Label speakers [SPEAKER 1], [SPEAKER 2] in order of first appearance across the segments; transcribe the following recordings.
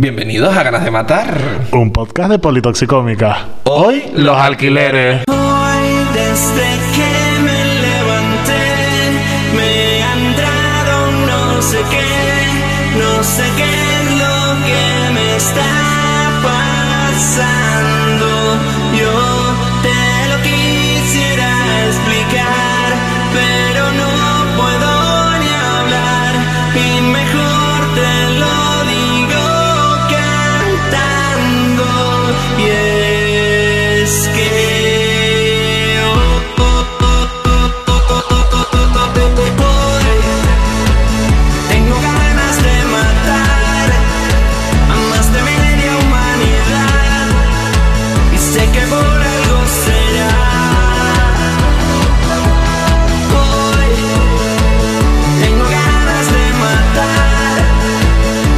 [SPEAKER 1] Bienvenidos a Ganas de Matar.
[SPEAKER 2] Un podcast de Politoxicómica. Hoy, los alquileres.
[SPEAKER 3] Hoy desde que me levanté me han dado no sé qué, no sé qué es lo que me está pasando. Yo te lo quisiera explicar, pero no puedo ni hablar y mejor te lo digo cantando. Y es que tengo ganas de matar a más de media humanidad y sé que por algo será. Hoy tengo ganas de matar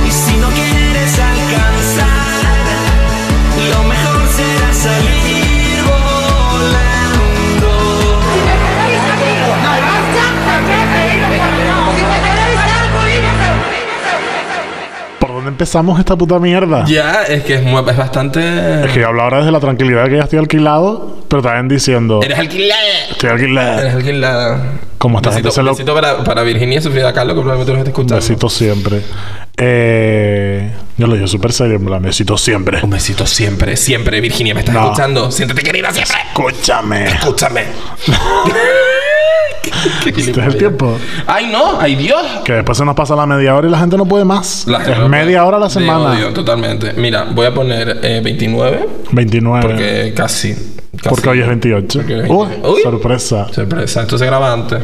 [SPEAKER 3] y si no quieres alcanzar, lo mejor será salir volando.
[SPEAKER 2] ¿Por dónde empezamos esta puta mierda?
[SPEAKER 1] Ya, es que es, muy- es bastante.
[SPEAKER 2] Es que yo hablo ahora desde la tranquilidad que ya estoy alquilado, pero también diciendo...
[SPEAKER 1] Eres alquilada.
[SPEAKER 2] Estoy alquilado.
[SPEAKER 1] Eres alquilada.
[SPEAKER 2] Como esta gente
[SPEAKER 1] Besito,
[SPEAKER 2] se lo...
[SPEAKER 1] besito para, para Virginia y Sofía Carlos, que probablemente nos esté escuchando.
[SPEAKER 2] Besito siempre. Eh, yo lo dije súper serio, en plan, besito siempre.
[SPEAKER 1] Un besito siempre, siempre, Virginia, me estás
[SPEAKER 2] No.
[SPEAKER 1] escuchando. Siéntete querida siempre.
[SPEAKER 2] Escúchame.
[SPEAKER 1] Escúchame. Qué- qué
[SPEAKER 2] Este es el tiempo.
[SPEAKER 1] Ay, no, ay Dios.
[SPEAKER 2] Que después se nos pasa la media hora y la gente no puede más.
[SPEAKER 1] La
[SPEAKER 2] es
[SPEAKER 1] gente-
[SPEAKER 2] media hora a la
[SPEAKER 1] de
[SPEAKER 2] semana.
[SPEAKER 1] odio, totalmente. Mira, voy a poner eh, 29
[SPEAKER 2] 29.
[SPEAKER 1] porque casi, casi.
[SPEAKER 2] Porque hoy es 28.
[SPEAKER 1] Porque hoy es
[SPEAKER 2] Uy,
[SPEAKER 1] 28. Uy.
[SPEAKER 2] sorpresa.
[SPEAKER 1] Sorpresa, esto se graba antes.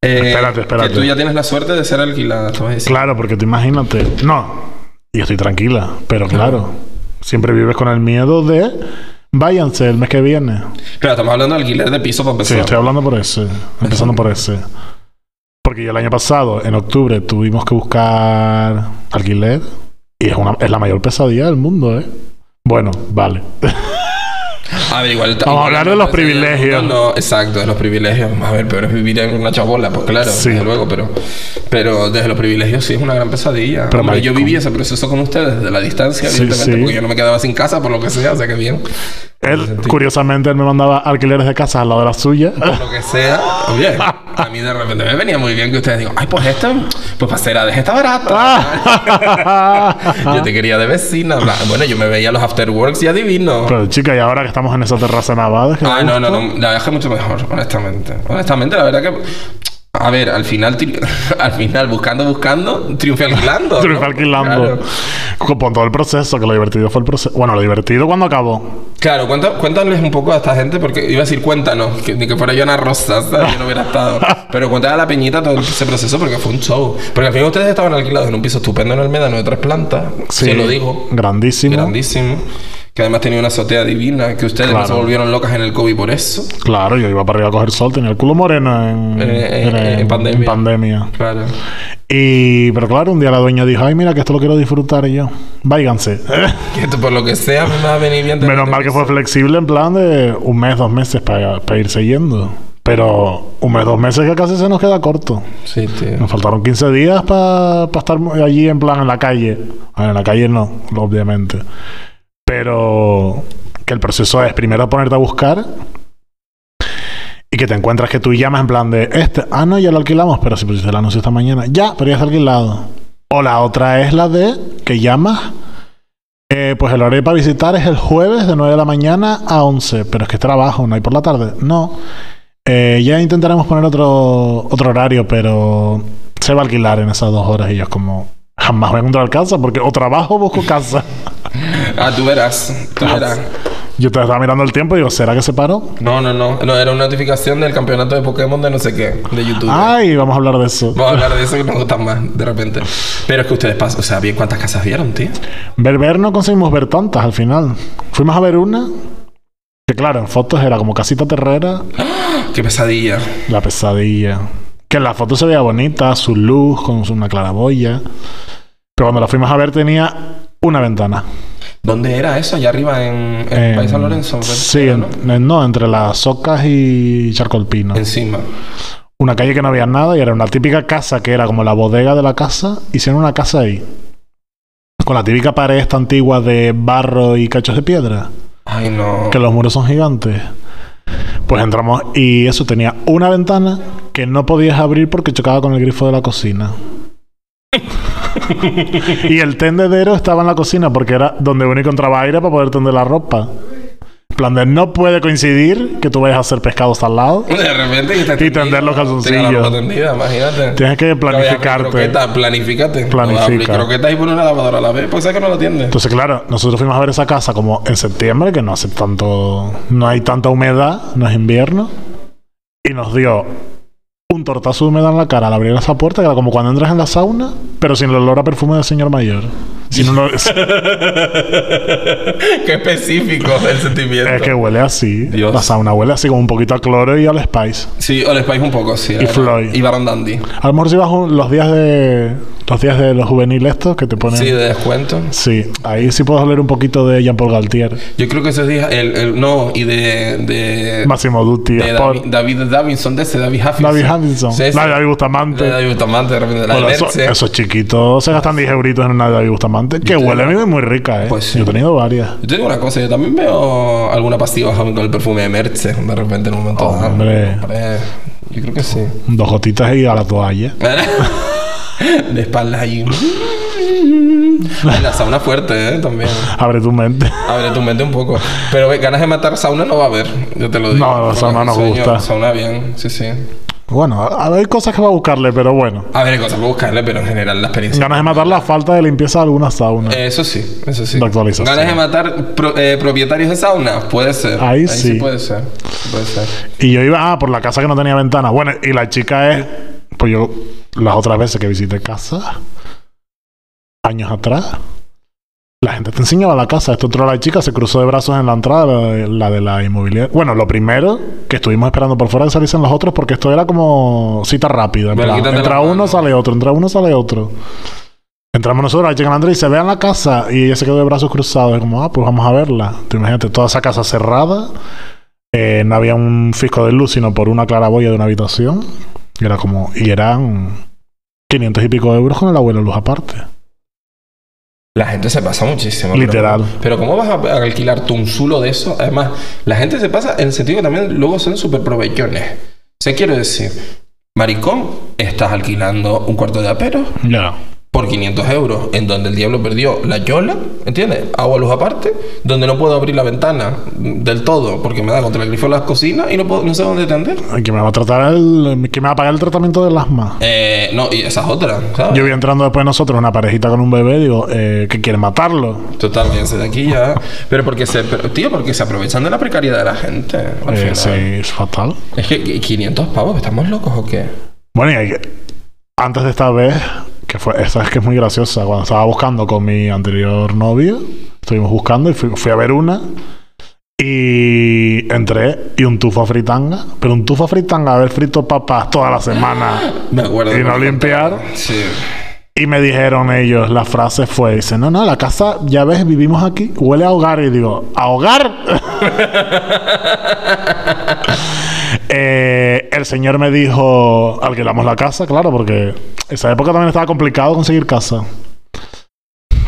[SPEAKER 1] Eh,
[SPEAKER 2] Espérate, espérate.
[SPEAKER 1] Que tú ya tienes la suerte de ser alquilada, te vas a decir.
[SPEAKER 2] Claro, porque tú imagínate. No. Y estoy tranquila, pero claro. Siempre vives con el miedo de. Váyanse el mes que viene.
[SPEAKER 1] Claro, estamos hablando de alquiler de piso para
[SPEAKER 2] Sí,
[SPEAKER 1] empezar.
[SPEAKER 2] estoy hablando por ese. Empezando por ese. Porque ya el año pasado, en octubre, tuvimos que buscar alquiler. Y es, una, es la mayor pesadilla del mundo, ¿eh? Bueno, vale.
[SPEAKER 1] A ver, Ah, igual.
[SPEAKER 2] Vamos a hablar de los
[SPEAKER 1] igual-
[SPEAKER 2] privilegios.
[SPEAKER 1] No, no, exacto, de los privilegios. A ver, pero es vivir en una chabola, pues claro,
[SPEAKER 2] Sí.
[SPEAKER 1] desde luego, pero. Pero desde los privilegios sí es una gran pesadilla.
[SPEAKER 2] Pero,
[SPEAKER 1] Hombre, yo
[SPEAKER 2] marico.
[SPEAKER 1] viví ese proceso con ustedes desde la distancia,
[SPEAKER 2] Sí,
[SPEAKER 1] evidentemente,
[SPEAKER 2] sí.
[SPEAKER 1] porque yo no me quedaba sin casa por lo que sea, o sea que bien.
[SPEAKER 2] Él, curiosamente, él me mandaba alquileres de casa al lado de la suya.
[SPEAKER 1] Lo que sea. Oye, a mí de repente me venía muy bien que ustedes digan, ay, pues esto, pues pasera, deje esta barata. yo te quería de vecina. bla. Bueno, yo me veía los afterworks y adivino.
[SPEAKER 2] Pero chica, y ahora que estamos en esa terraza navada, es que
[SPEAKER 1] Ah, no, no, no. La viaje mucho mejor, honestamente. Honestamente, la verdad que. A ver, al final, tri- al final, buscando, buscando, triunfé alquilando. ¿no?
[SPEAKER 2] Triunfé alquilando.
[SPEAKER 1] Claro,
[SPEAKER 2] Con- Con todo el proceso, que lo divertido fue el proceso. Bueno, lo divertido cuando acabó.
[SPEAKER 1] Claro, cuenta- cuéntales un poco a esta gente, porque iba a decir cuéntanos, que, ni que fuera yo Ana Rosa, ¿sabes? yo no hubiera estado. Pero cuéntale a la peñita todo ese proceso, porque fue un show. Porque al final ustedes estaban alquilados en un piso estupendo en Almedano de tres plantas,
[SPEAKER 2] Sí,
[SPEAKER 1] se lo digo,
[SPEAKER 2] Grandísimo.
[SPEAKER 1] grandísimo. Que además tenía una azotea divina, que ustedes no
[SPEAKER 2] Claro.
[SPEAKER 1] se volvieron locas en el COVID por eso.
[SPEAKER 2] Claro, yo iba para arriba a coger sol, tenía el culo moreno en,
[SPEAKER 1] Eh, en- en pandemia.
[SPEAKER 2] pandemia.
[SPEAKER 1] Claro.
[SPEAKER 2] Y, pero claro, un día la dueña dijo, ay, mira, que esto lo quiero disfrutar y yo. Váiganse.
[SPEAKER 1] Que esto, por lo que sea, me va a venir bien. tener
[SPEAKER 2] Menos mal que fue flexible en plan de un mes, dos meses para, para irse yendo. Pero un mes, dos meses que casi se nos queda corto.
[SPEAKER 1] Sí, tío.
[SPEAKER 2] Nos faltaron 15 días para estar allí en plan en la calle. A ver, en la calle no, obviamente. Pero que el proceso es primero ponerte a buscar y que te encuentras que tú llamas en plan de este. Ah, no, ya lo alquilamos, pero si pusiste el anuncio esta mañana. Ya, pero ya está alquilado. O la otra es la de que llamas. eh, pues el horario para visitar es el jueves de 9 de la mañana a 11, pero es que es trabajo, no hay por la tarde. No, eh, ya intentaremos poner otro, otro horario, pero se va a alquilar en esas dos horas y yo es como jamás voy a encontrar casa porque o trabajo o busco casa.
[SPEAKER 1] Ah, tú verás. Tú verás.
[SPEAKER 2] yo te estaba mirando el tiempo y digo, ¿será que se paró?
[SPEAKER 1] No, no, no. No, era una notificación del campeonato de Pokémon de no sé qué, de YouTube.
[SPEAKER 2] Ay, vamos a hablar de eso.
[SPEAKER 1] Vamos a hablar de eso que nos gustan más, de repente. Pero es que ustedes pasan, o sea, bien cuántas casas vieron, tío.
[SPEAKER 2] Ver, ver no conseguimos ver tantas al final. Fuimos a ver una que claro, en fotos era como casita terrera,
[SPEAKER 1] Qué pesadilla.
[SPEAKER 2] la pesadilla. Que en la foto se veía bonita, su luz con su- una claraboya. Pero cuando la fuimos a ver tenía una ventana.
[SPEAKER 1] ¿Dónde era eso? Allá arriba en, en
[SPEAKER 2] En-
[SPEAKER 1] País San Lorenzo. fue-
[SPEAKER 2] Sí,
[SPEAKER 1] era,
[SPEAKER 2] en-
[SPEAKER 1] ¿no?
[SPEAKER 2] en- no, entre las Socas y Charcolpino.
[SPEAKER 1] Encima.
[SPEAKER 2] Una calle que no había nada y era una típica casa que era como la bodega de la casa. Hicieron una casa ahí. con la típica pared esta antigua de barro y cachos de piedra,
[SPEAKER 1] Ay, no.
[SPEAKER 2] que los muros son gigantes. Pues entramos y eso tenía una ventana que no podías abrir porque chocaba con el grifo de la cocina. y el tendedero estaba en la cocina porque era donde uno encontraba aire para poder tender la ropa. En plan de no puede coincidir que tú vayas a hacer pescado salado.
[SPEAKER 1] De repente y,
[SPEAKER 2] Y tender los calzoncillos.
[SPEAKER 1] Tenía la ropa tendida, imagínate.
[SPEAKER 2] Tienes que
[SPEAKER 1] Había
[SPEAKER 2] planificarte.
[SPEAKER 1] croquetas, Planifícate.
[SPEAKER 2] Planifica.
[SPEAKER 1] Croquetas y pon una lavadora a la vez. Pues sabes que no la atiende.
[SPEAKER 2] Entonces, claro, nosotros fuimos a ver esa casa como en septiembre, que no hace tanto. No hay tanta humedad, no es invierno. Y nos dio un tortazo de humedad en la cara al abrir esa puerta, que era como cuando entras en la sauna, pero sin el olor a perfume del señor mayor. Sin un olor- es
[SPEAKER 1] Qué específico el sentimiento.
[SPEAKER 2] que huele así.
[SPEAKER 1] Dios.
[SPEAKER 2] La sauna huele así, como un poquito a cloro y al spice.
[SPEAKER 1] Sí, o el Spice un poco, sí. Y
[SPEAKER 2] Floyd.
[SPEAKER 1] Y Baron Dandy.
[SPEAKER 2] A lo mejor si vas un- los días de. Los días de los juveniles estos que te ponen.
[SPEAKER 1] Sí,
[SPEAKER 2] Sí,
[SPEAKER 1] de descuento.
[SPEAKER 2] ahí sí puedes oler un poquito de Jean-Paul Galtier.
[SPEAKER 1] Yo creo que esos días... El, el- no, y de... de
[SPEAKER 2] Máximo Dutti,
[SPEAKER 1] Eh, de
[SPEAKER 2] Sport.
[SPEAKER 1] David, David Davidson, de ese David Huffington.
[SPEAKER 2] David Hamilton.
[SPEAKER 1] Sí, sí.
[SPEAKER 2] David Bustamante.
[SPEAKER 1] De David Bustamante, de repente. De la
[SPEAKER 2] Bueno,
[SPEAKER 1] de
[SPEAKER 2] eso-
[SPEAKER 1] Nerce.
[SPEAKER 2] esos chiquitos se gastan 10 euritos en una de David Bustamante, que huele a mí muy rica, ¿eh?
[SPEAKER 1] Pues sí.
[SPEAKER 2] Yo he tenido varias.
[SPEAKER 1] Yo te digo una cosa, yo también veo alguna pastilla baja con el perfume de Merce de repente en un momento. dado.
[SPEAKER 2] hombre.
[SPEAKER 1] Hombre, Yo creo que sí.
[SPEAKER 2] Dos gotitas y a la toalla.
[SPEAKER 1] De espaldas ahí. Ay, La sauna fuerte, ¿eh? También.
[SPEAKER 2] Abre tu mente.
[SPEAKER 1] Abre tu mente un poco. Pero ve, ganas de matar sauna no va a haber, yo te lo digo.
[SPEAKER 2] No, la sauna nos
[SPEAKER 1] Sueño,
[SPEAKER 2] gusta.
[SPEAKER 1] Sauna bien, sí, sí.
[SPEAKER 2] Bueno, a- a- hay cosas que va a buscarle, pero bueno.
[SPEAKER 1] A ver, hay cosas que buscarle, pero en general la experiencia.
[SPEAKER 2] Ganas de matar la falta de limpieza de algunas saunas.
[SPEAKER 1] Eso sí, eso sí.
[SPEAKER 2] De actualización.
[SPEAKER 1] Ganas de matar pro- eh, propietarios de sauna, puede ser.
[SPEAKER 2] Ahí sí.
[SPEAKER 1] puede ser. Puede ser.
[SPEAKER 2] Y yo iba, ah, por la casa que no tenía ventana. Bueno, y la chica es, pues yo, las otras veces que visité casa, años atrás, la gente te enseñaba la casa. Esto entró la chica, se cruzó de brazos en la entrada, la de la, de la inmobiliaria. Bueno, lo primero que estuvimos esperando por fuera que saliesen los otros, porque esto era como cita rápida. en
[SPEAKER 1] Bueno,
[SPEAKER 2] plan,
[SPEAKER 1] quítate la
[SPEAKER 2] entra uno,
[SPEAKER 1] mano.
[SPEAKER 2] sale otro, entra uno, sale otro. Entramos nosotros, la chica Andrés y se vean la casa y ella se quedó de brazos cruzados. Es como, ah, pues vamos a verla. Tú imagínate, toda esa casa cerrada. Eh, no había un fisco de luz, sino por una claraboya de una habitación. Y era como, y eran 500 y pico de euros con el abuelo luz aparte.
[SPEAKER 1] La gente se pasa muchísimo. pero-
[SPEAKER 2] Literal.
[SPEAKER 1] Pero, ¿cómo vas a a alquilar tú un zulo de eso? Además, la gente se pasa en el sentido que también luego son súper provechones. Se quiero decir, maricón, estás alquilando un cuarto de apero
[SPEAKER 2] Ya.
[SPEAKER 1] por 500 euros, en donde el diablo perdió la yola, ¿entiendes? Agua luz aparte, donde no puedo abrir la ventana mm, del todo, porque me da contra el grifo de las cocinas y no, puedo, no sé dónde tender.
[SPEAKER 2] Que me va a tratar el, que me va a pagar el tratamiento del asma.
[SPEAKER 1] Eh, no, y esas otras, ¿sabes?
[SPEAKER 2] Yo vi entrando después de nosotros una parejita con un bebé, digo, eh, que quiere matarlo.
[SPEAKER 1] Total, fíjense de aquí ya. Pero porque se, pero, tío, porque se aprovechan de la precariedad de la gente. al
[SPEAKER 2] Eh,
[SPEAKER 1] final.
[SPEAKER 2] sí, es fatal.
[SPEAKER 1] Es que que 500 pavos, ¿estamos locos o qué?
[SPEAKER 2] Bueno, y hay que- antes de esta vez, que fue, esa es que es muy graciosa, cuando estaba buscando con mi anterior novio, estuvimos buscando y fui, fui a ver una. Y entré y un tufo a fritanga, pero un tufo a fritanga, haber frito papas toda la semana
[SPEAKER 1] Me acuerdo.
[SPEAKER 2] y no limpiar.
[SPEAKER 1] Sí.
[SPEAKER 2] Y me dijeron ellos, la frase fue, dice, no, no, la casa, ya ves, vivimos aquí, huele a hogar. Y digo, ¿a hogar? Eh, el señor me dijo, alquilamos la casa, claro, porque esa época también estaba complicado conseguir casa.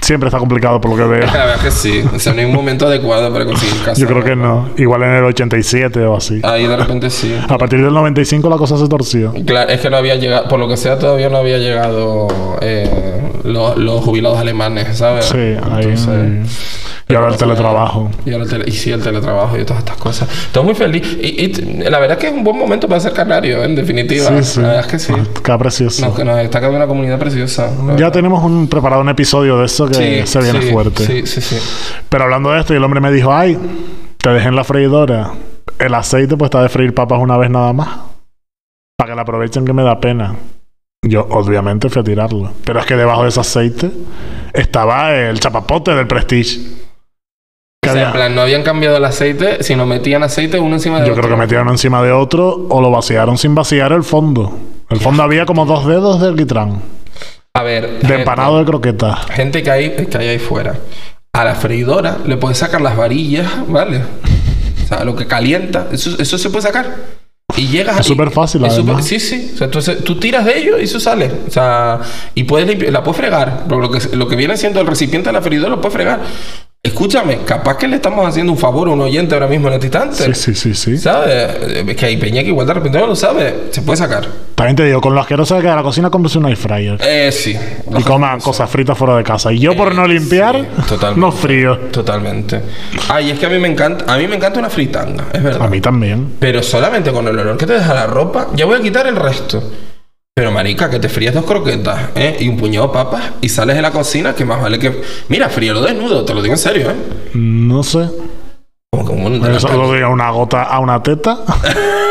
[SPEAKER 2] Siempre está complicado por lo que veo.
[SPEAKER 1] La verdad es que sí. O sea, no hay un momento adecuado para conseguir casa.
[SPEAKER 2] Yo creo que no. Igual en el 87 o así.
[SPEAKER 1] Ahí de repente sí.
[SPEAKER 2] A partir del 95 la cosa se torció.
[SPEAKER 1] Claro, es que no había llegado, por lo que sea, todavía no había llegado eh, los, los jubilados alemanes, ¿sabes?
[SPEAKER 2] Sí, ahí.
[SPEAKER 1] Entonces-
[SPEAKER 2] Y ahora el teletrabajo.
[SPEAKER 1] Y, ahora el tele- y sí, el teletrabajo y todas estas cosas. Estoy muy feliz. Y, y t- la verdad es que es un buen momento para ser canario, en definitiva.
[SPEAKER 2] Sí, sí.
[SPEAKER 1] La verdad es que sí.
[SPEAKER 2] Qué precioso.
[SPEAKER 1] Nos, nos está quedando una comunidad preciosa. la
[SPEAKER 2] Ya
[SPEAKER 1] verdad.
[SPEAKER 2] tenemos un, preparado un episodio de eso que se viene
[SPEAKER 1] sí,
[SPEAKER 2] fuerte.
[SPEAKER 1] Sí, sí, sí.
[SPEAKER 2] Pero hablando de esto, y el hombre me dijo, ay, te dejé en la freidora. El aceite pues está de freír papas una vez nada más. Para que la aprovechen que me da pena. Yo obviamente fui a tirarlo. Pero es que debajo de ese aceite estaba el chapapote del Prestige. Que
[SPEAKER 1] O sea, en
[SPEAKER 2] había-
[SPEAKER 1] plan, no habían cambiado el aceite, sino metían aceite uno encima de
[SPEAKER 2] yo creo que metieron encima de otro o lo vaciaron sin vaciar el fondo. El fondo había como dos dedos de quitrán.
[SPEAKER 1] A ver,
[SPEAKER 2] De
[SPEAKER 1] gente,
[SPEAKER 2] empanado de croquetas.
[SPEAKER 1] gente que hay, que hay ahí fuera. A la freidora le puedes sacar las varillas, ¿vale? O sea, lo que calienta, eso, eso se puede sacar. Y llegas
[SPEAKER 2] Es
[SPEAKER 1] y-
[SPEAKER 2] súper fácil,
[SPEAKER 1] es súper-
[SPEAKER 2] además.
[SPEAKER 1] Sí, sí. O sea, entonces tú tiras de ello y eso sale. O sea, y puedes limpi- la puedes fregar. Pero lo que, lo que viene siendo el recipiente de la freidora lo puedes fregar. Escúchame, capaz que le estamos haciendo un favor a un oyente ahora mismo en este instante.
[SPEAKER 2] Sí, sí, sí, sí.
[SPEAKER 1] ¿Sabes? Es que hay peña que igual de repente no lo sabe. Se puede sacar.
[SPEAKER 2] También te digo, con lo asqueroso que queda la cocina, compres un air fryer.
[SPEAKER 1] Eh, sí.
[SPEAKER 2] Y coman cosas fritas fuera de casa. Y yo por no limpiar,
[SPEAKER 1] Eh, sí, totalmente.
[SPEAKER 2] no frío.
[SPEAKER 1] Totalmente. Ay, es que a mí me encanta, a mí me encanta una fritanga, es verdad.
[SPEAKER 2] A mí también.
[SPEAKER 1] Pero solamente con el olor que te deja la ropa, ya voy a quitar el resto. Pero marica, que te frías dos croquetas, ¿eh? Y un puñado de papas y sales de la cocina, que más vale que... Mira, fríelo desnudo, te lo digo en serio, ¿eh?
[SPEAKER 2] No sé.
[SPEAKER 1] Como, como un
[SPEAKER 2] Eso
[SPEAKER 1] delantal,
[SPEAKER 2] lo doy a una gota a una teta.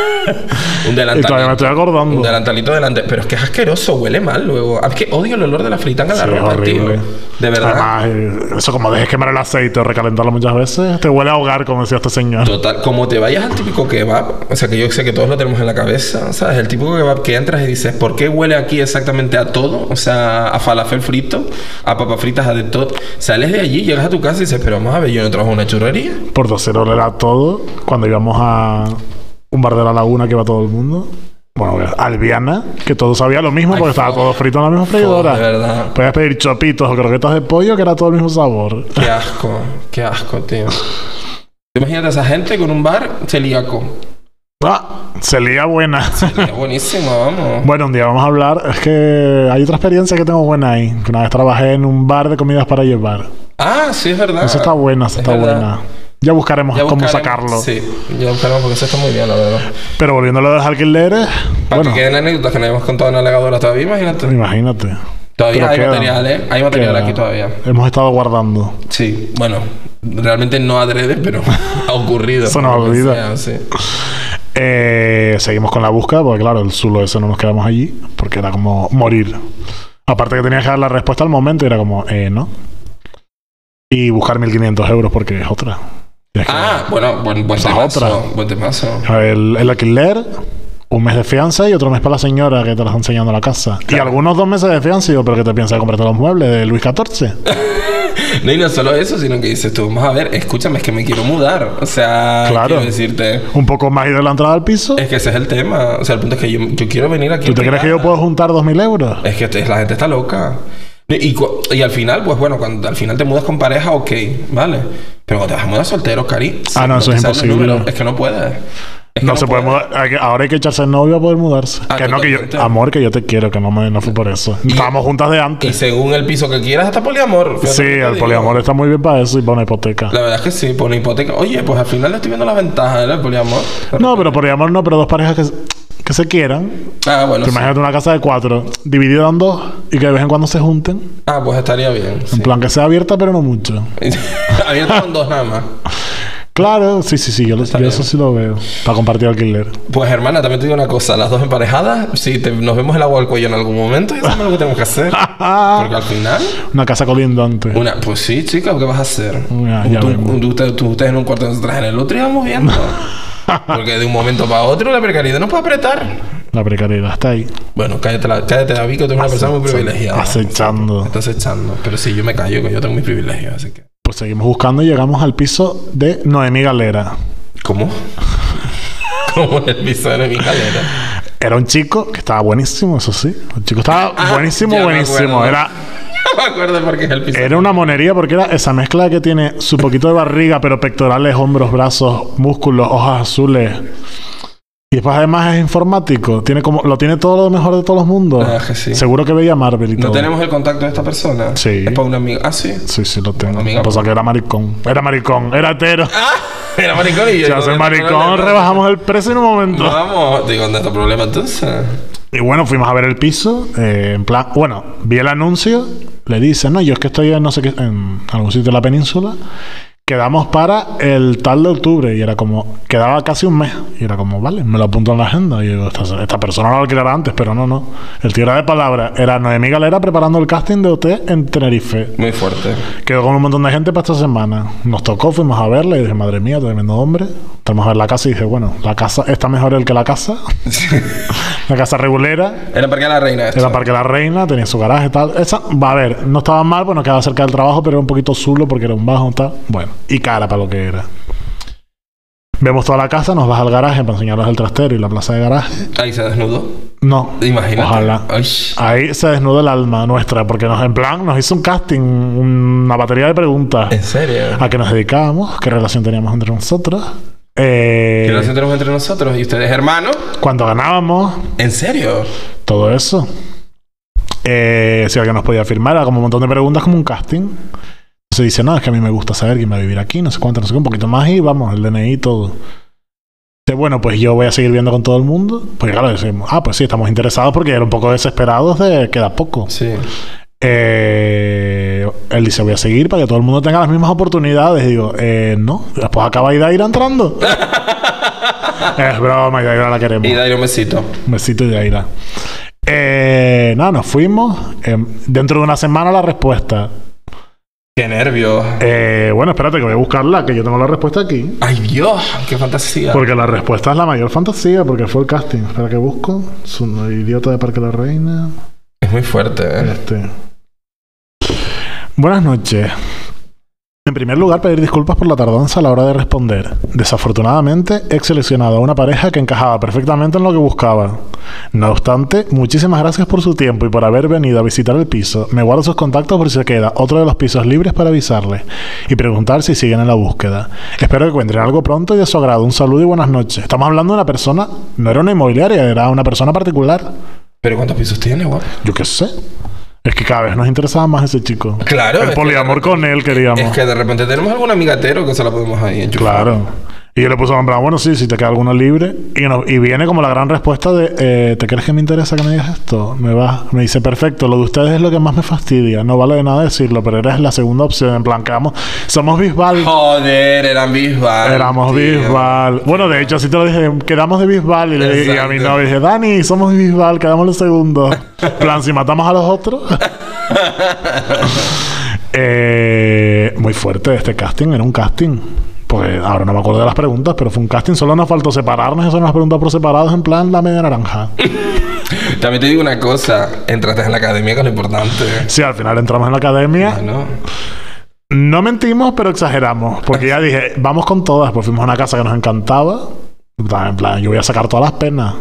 [SPEAKER 1] un
[SPEAKER 2] Y todavía me
[SPEAKER 1] delantalito.
[SPEAKER 2] estoy acordando.
[SPEAKER 1] Un delantalito delante. Pero es que es asqueroso, huele mal luego. Ah, Es que odio el olor de la fritanga en la
[SPEAKER 2] Sí, es
[SPEAKER 1] ropa,
[SPEAKER 2] horrible.
[SPEAKER 1] tío. De verdad.
[SPEAKER 2] Además, eh, eso como dejes quemar el aceite o recalentarlo muchas veces, te huele a hogar, como decía este señor.
[SPEAKER 1] Total, como te vayas al típico kebab, o sea que yo sé que todos lo tenemos en la cabeza, ¿sabes? El típico kebab que entras y dices, ¿por qué huele aquí exactamente a todo? O sea, a falafel frito, a papas fritas, a de todo. Sales de allí, llegas a tu casa y dices, pero más a ver, yo no trabajo en una churrería.
[SPEAKER 2] Por docer oler a todo, cuando íbamos a un bar de la laguna que va todo el mundo. Bueno, Albiana, que todo sabía lo mismo
[SPEAKER 1] Ay,
[SPEAKER 2] porque estaba
[SPEAKER 1] fo-
[SPEAKER 2] todo frito en la misma
[SPEAKER 1] Joder,
[SPEAKER 2] freidora.
[SPEAKER 1] de verdad.
[SPEAKER 2] Podías pedir chopitos o croquetas de pollo que era todo el mismo sabor.
[SPEAKER 1] Qué asco, qué asco, tío. Imagínate a esa gente con un bar celíaco.
[SPEAKER 2] Ah, se lía buena.
[SPEAKER 1] Sería buenísimo, vamos.
[SPEAKER 2] bueno, un día vamos a hablar. Es que hay otra experiencia que tengo buena ahí. Que una vez trabajé en un bar de comidas para llevar.
[SPEAKER 1] Ah, sí, es verdad.
[SPEAKER 2] Eso está buena, eso
[SPEAKER 1] Es
[SPEAKER 2] está
[SPEAKER 1] verdad.
[SPEAKER 2] buena. Ya buscaremos
[SPEAKER 1] Ya
[SPEAKER 2] cómo
[SPEAKER 1] buscaremos-
[SPEAKER 2] sacarlo.
[SPEAKER 1] Sí, ya buscaremos porque eso está muy bien, la verdad.
[SPEAKER 2] Pero volviendo a lo de los alquileres,
[SPEAKER 1] Para
[SPEAKER 2] bueno,
[SPEAKER 1] que queden anécdotas que no habíamos contado en la legadora todavía, imagínate.
[SPEAKER 2] imagínate.
[SPEAKER 1] Todavía
[SPEAKER 2] Pero
[SPEAKER 1] hay
[SPEAKER 2] queda,
[SPEAKER 1] material, ¿eh? Hay material
[SPEAKER 2] queda.
[SPEAKER 1] aquí todavía.
[SPEAKER 2] Hemos estado guardando.
[SPEAKER 1] Sí, bueno, realmente no adrede, pero ha ocurrido.
[SPEAKER 2] Eso no
[SPEAKER 1] Lo que
[SPEAKER 2] olvida.
[SPEAKER 1] sea, sí.
[SPEAKER 2] Eh, seguimos con la búsqueda, porque claro, el zulo ese no nos quedamos allí, porque era como morir. Aparte que tenías que dar la respuesta al momento y era como, eh, no. Y buscar 1500 euros porque es otra. Tienes que-
[SPEAKER 1] Ah, bueno, buen, buen
[SPEAKER 2] Esa es
[SPEAKER 1] temazo.
[SPEAKER 2] otra.
[SPEAKER 1] Buen temazo.
[SPEAKER 2] El, el alquiler, un mes de fianza y otro mes para la señora que te la está enseñando la casa. Y algunos dos meses de fianza y yo, pero que te piensas comprarte los muebles de Luis XIV.
[SPEAKER 1] No, y no solo eso, sino que dices tú, vamos a ver, escúchame, es que me quiero mudar. O sea,
[SPEAKER 2] Claro.
[SPEAKER 1] quiero decirte,
[SPEAKER 2] un poco más y de la entrada al piso.
[SPEAKER 1] es que ese es el tema. O sea, el punto es que yo, yo quiero venir aquí.
[SPEAKER 2] ¿Tú te
[SPEAKER 1] en
[SPEAKER 2] crees que yo
[SPEAKER 1] Granada.
[SPEAKER 2] puedo juntar 2.000 euros?
[SPEAKER 1] Es que te- la gente está loca. Y, y cu- y al final, pues bueno, cuando al final te mudas con pareja, ok, vale. Pero cuando te vas a mudar soltero, Cari.
[SPEAKER 2] Ah, no, eso
[SPEAKER 1] te
[SPEAKER 2] es
[SPEAKER 1] salen los
[SPEAKER 2] imposible.
[SPEAKER 1] números. Es que no puedes. Es que
[SPEAKER 2] No se puede
[SPEAKER 1] puedes.
[SPEAKER 2] mudar. Hay que- Ahora hay que echarse el novio a poder mudarse.
[SPEAKER 1] Ah,
[SPEAKER 2] que no, que
[SPEAKER 1] totalmente.
[SPEAKER 2] yo. Amor, que yo te quiero, que no, me, no fue por eso. Estábamos juntas de
[SPEAKER 1] Y
[SPEAKER 2] antes.
[SPEAKER 1] según el piso que quieras, hasta poliamor. Fíjate
[SPEAKER 2] Sí,
[SPEAKER 1] lo que te
[SPEAKER 2] el
[SPEAKER 1] digo.
[SPEAKER 2] poliamor está muy bien para eso y para una hipoteca.
[SPEAKER 1] La verdad es que sí, por una hipoteca. Oye, pues al final le estoy viendo las ventajas del poliamor.
[SPEAKER 2] No, pero poliamor no, pero dos parejas que, que se quieran.
[SPEAKER 1] Ah, bueno.
[SPEAKER 2] Te
[SPEAKER 1] sí.
[SPEAKER 2] imagínate una casa de cuatro, dividida en dos y que de vez en cuando se junten.
[SPEAKER 1] Ah, pues estaría bien.
[SPEAKER 2] En
[SPEAKER 1] sí.
[SPEAKER 2] plan que sea abierta, pero no mucho.
[SPEAKER 1] Abierto con dos nada más.
[SPEAKER 2] Claro, sí, sí, sí, yo, lo- yo
[SPEAKER 1] bien.
[SPEAKER 2] eso sí lo veo. Para compartir alquiler.
[SPEAKER 1] Pues hermana, también te digo una cosa. Las dos emparejadas, si te- nos vemos el agua al cuello en algún momento, y eso es lo que tenemos que hacer.
[SPEAKER 2] Ah.
[SPEAKER 1] Porque al final...
[SPEAKER 2] Una casa colindante.
[SPEAKER 1] Una, pues sí, chica, ¿qué vas a hacer?
[SPEAKER 2] Ya, Ah, ya
[SPEAKER 1] Tú-
[SPEAKER 2] vemos.
[SPEAKER 1] tú- usted- tú- ustedes en un cuarto, nosotras en el otro, y vamos viendo. Porque de un momento para otro la precariedad nos puede apretar.
[SPEAKER 2] La precariedad está ahí.
[SPEAKER 1] Bueno, cállate, la, cállate David, que tú
[SPEAKER 2] Ah,
[SPEAKER 1] eres una persona muy privilegiada.
[SPEAKER 2] Acechando.
[SPEAKER 1] Estás echando. Pero sí, yo me callo, que yo tengo mis privilegios, así que...
[SPEAKER 2] Pues seguimos buscando y llegamos al piso de Noemí Galera.
[SPEAKER 1] ¿Cómo? Como en el piso de mi calera.
[SPEAKER 2] Era un chico que estaba buenísimo, eso sí. El chico estaba
[SPEAKER 1] Ah,
[SPEAKER 2] buenísimo,
[SPEAKER 1] ya me
[SPEAKER 2] buenísimo.
[SPEAKER 1] acuerdo.
[SPEAKER 2] Era,
[SPEAKER 1] No me acuerdo por qué es el piso.
[SPEAKER 2] era una monería porque era esa mezcla que tiene su poquito de barriga, pero pectorales, hombros, brazos, músculos, hojas azules. Y después además es informático. Tiene como, lo tiene todo lo mejor de todos los mundos.
[SPEAKER 1] Ah, que sí.
[SPEAKER 2] Seguro que veía Marvel y
[SPEAKER 1] ¿No
[SPEAKER 2] todo.
[SPEAKER 1] tenemos el contacto de esta persona?
[SPEAKER 2] Sí.
[SPEAKER 1] Es para un amigo. Ah, sí.
[SPEAKER 2] Sí, sí, lo tengo.
[SPEAKER 1] amiga.
[SPEAKER 2] Pasa que era maricón. Era maricón, era hetero.
[SPEAKER 1] ¡Ah! Era maricón y yo...
[SPEAKER 2] Si hace
[SPEAKER 1] no,
[SPEAKER 2] maricón,
[SPEAKER 1] no, no,
[SPEAKER 2] rebajamos el precio en un momento.
[SPEAKER 1] no, Vamos. Digo, ¿dónde está el problema entonces?
[SPEAKER 2] Y bueno, fuimos a ver el piso. eh, en plan, bueno, vi el anuncio. Le dicen, no, yo es que estoy en no sé qué, en algún sitio de la península. Quedamos para el tal de octubre. Y era como, quedaba casi un mes. Y era como, vale, me lo apunto en la agenda. Y digo, esta, esta persona lo alquilará antes, pero no, no. El tío era de palabra. Era Noemí Galera preparando el casting de OT en Tenerife.
[SPEAKER 1] Muy fuerte.
[SPEAKER 2] Quedó con un montón de gente para esta semana. Nos tocó, fuimos a verla y dije, madre mía, tremendo hombre. Estamos a ver la casa y dije, bueno, la casa está mejor el que la casa. la casa regulera.
[SPEAKER 1] Era Parque de la Reina esto.
[SPEAKER 2] Era Parque La Reina, tenía su garaje tal. Esa, va a ver, no estaba mal, pues nos quedaba cerca del trabajo, pero era un poquito zulo porque era un bajo tal. Bueno, y cara para lo que era. Vemos toda la casa, nos vas al garaje para enseñaros el trastero y la plaza de garaje.
[SPEAKER 1] Ahí se desnudó.
[SPEAKER 2] No.
[SPEAKER 1] Imagínate.
[SPEAKER 2] Ojalá.
[SPEAKER 1] Ay.
[SPEAKER 2] Ahí se desnuda el alma nuestra, porque nos, en plan, nos hizo un casting, una batería de preguntas.
[SPEAKER 1] En serio.
[SPEAKER 2] ¿A qué nos dedicábamos? ¿Qué relación teníamos entre nosotros? Eh,
[SPEAKER 1] ¿Qué relación tenemos entre nosotros? ¿Y ustedes hermanos?
[SPEAKER 2] ¿Cuánto ganábamos?
[SPEAKER 1] ¿En serio?
[SPEAKER 2] Todo eso. Eh, si alguien nos podía firmar, era como un montón de preguntas, como un casting. Se dice, no, es que a mí me gusta saber quién va a vivir aquí, no sé cuánto, no sé qué, un poquito más y vamos, el DNI y todo. Dice, bueno, pues yo voy a seguir viendo con todo el mundo. Pues claro, decimos, ah, pues sí, estamos interesados porque era un poco desesperados de queda poco.
[SPEAKER 1] Sí.
[SPEAKER 2] Eh, él dice, voy a seguir para que todo el mundo tenga las mismas oportunidades. Y digo, eh, no, después acaba Idaira entrando. es broma, Idaira la queremos.
[SPEAKER 1] Y dale un besito.
[SPEAKER 2] Un besito, Yaira. Eh, nada, nos fuimos. Eh, dentro de una semana la respuesta.
[SPEAKER 1] Qué nervios.
[SPEAKER 2] Eh, bueno, espérate que voy a buscarla, que yo tengo la respuesta aquí.
[SPEAKER 1] Ay, Dios, qué fantasía.
[SPEAKER 2] Porque la respuesta es la mayor fantasía, porque fue el casting. Espera que busco. Es un idiota de Parque de la Reina.
[SPEAKER 1] Es muy fuerte, ¿eh?
[SPEAKER 2] Este. Buenas noches. En primer lugar, pedir disculpas por la tardanza a la hora de responder. Desafortunadamente, he seleccionado a una pareja que encajaba perfectamente en lo que buscaba. No obstante, muchísimas gracias por su tiempo y por haber venido a visitar el piso. Me guardo sus contactos por si se queda otro de los pisos libres para avisarles y preguntar si siguen en la búsqueda. Espero que encuentren algo pronto y de su agrado. Un saludo y buenas noches. Estamos hablando de una persona, no era una inmobiliaria, era una persona particular.
[SPEAKER 1] Pero ¿cuántos pisos tiene, guau?
[SPEAKER 2] Yo qué sé. Es que cada vez nos interesaba más ese chico.
[SPEAKER 1] Claro.
[SPEAKER 2] El
[SPEAKER 1] es
[SPEAKER 2] poliamor
[SPEAKER 1] que-
[SPEAKER 2] con él queríamos.
[SPEAKER 1] Es que de repente tenemos algún amigatero que se la podemos ahí enchufar.
[SPEAKER 2] Claro. Y yo le puse en plan, bueno, sí, si te queda alguno libre. Y, no- y viene como la gran respuesta de, eh, ¿te crees que me interesa que me digas esto? Me va, me dice, perfecto, lo de ustedes es lo que más me fastidia. No vale de nada decirlo, pero eres la segunda opción. En plan, quedamos, somos Bisbal.
[SPEAKER 1] Joder, eran Bisbal.
[SPEAKER 2] Éramos
[SPEAKER 1] tío.
[SPEAKER 2] Bisbal. Bueno, de hecho, así te lo dije, quedamos de Bisbal. Y, le, dije- y a mi
[SPEAKER 1] Exacto.
[SPEAKER 2] novia dije, Dani, somos Bisbal, quedamos los segundos. En plan, si matamos a los otros. Eh, muy fuerte este casting, era un casting. Pues ahora no me acuerdo de las preguntas, pero fue un casting. Solo nos faltó separarnos, eso nos preguntas por separados, en plan la media naranja.
[SPEAKER 1] También te digo una cosa. Entraste en la academia, que es lo importante.
[SPEAKER 2] Sí, al final entramos en la academia.
[SPEAKER 1] Bueno.
[SPEAKER 2] No mentimos, pero exageramos. Porque ya dije, vamos con todas. Pues fuimos a una casa que nos encantaba. En plan, yo voy a sacar todas las penas.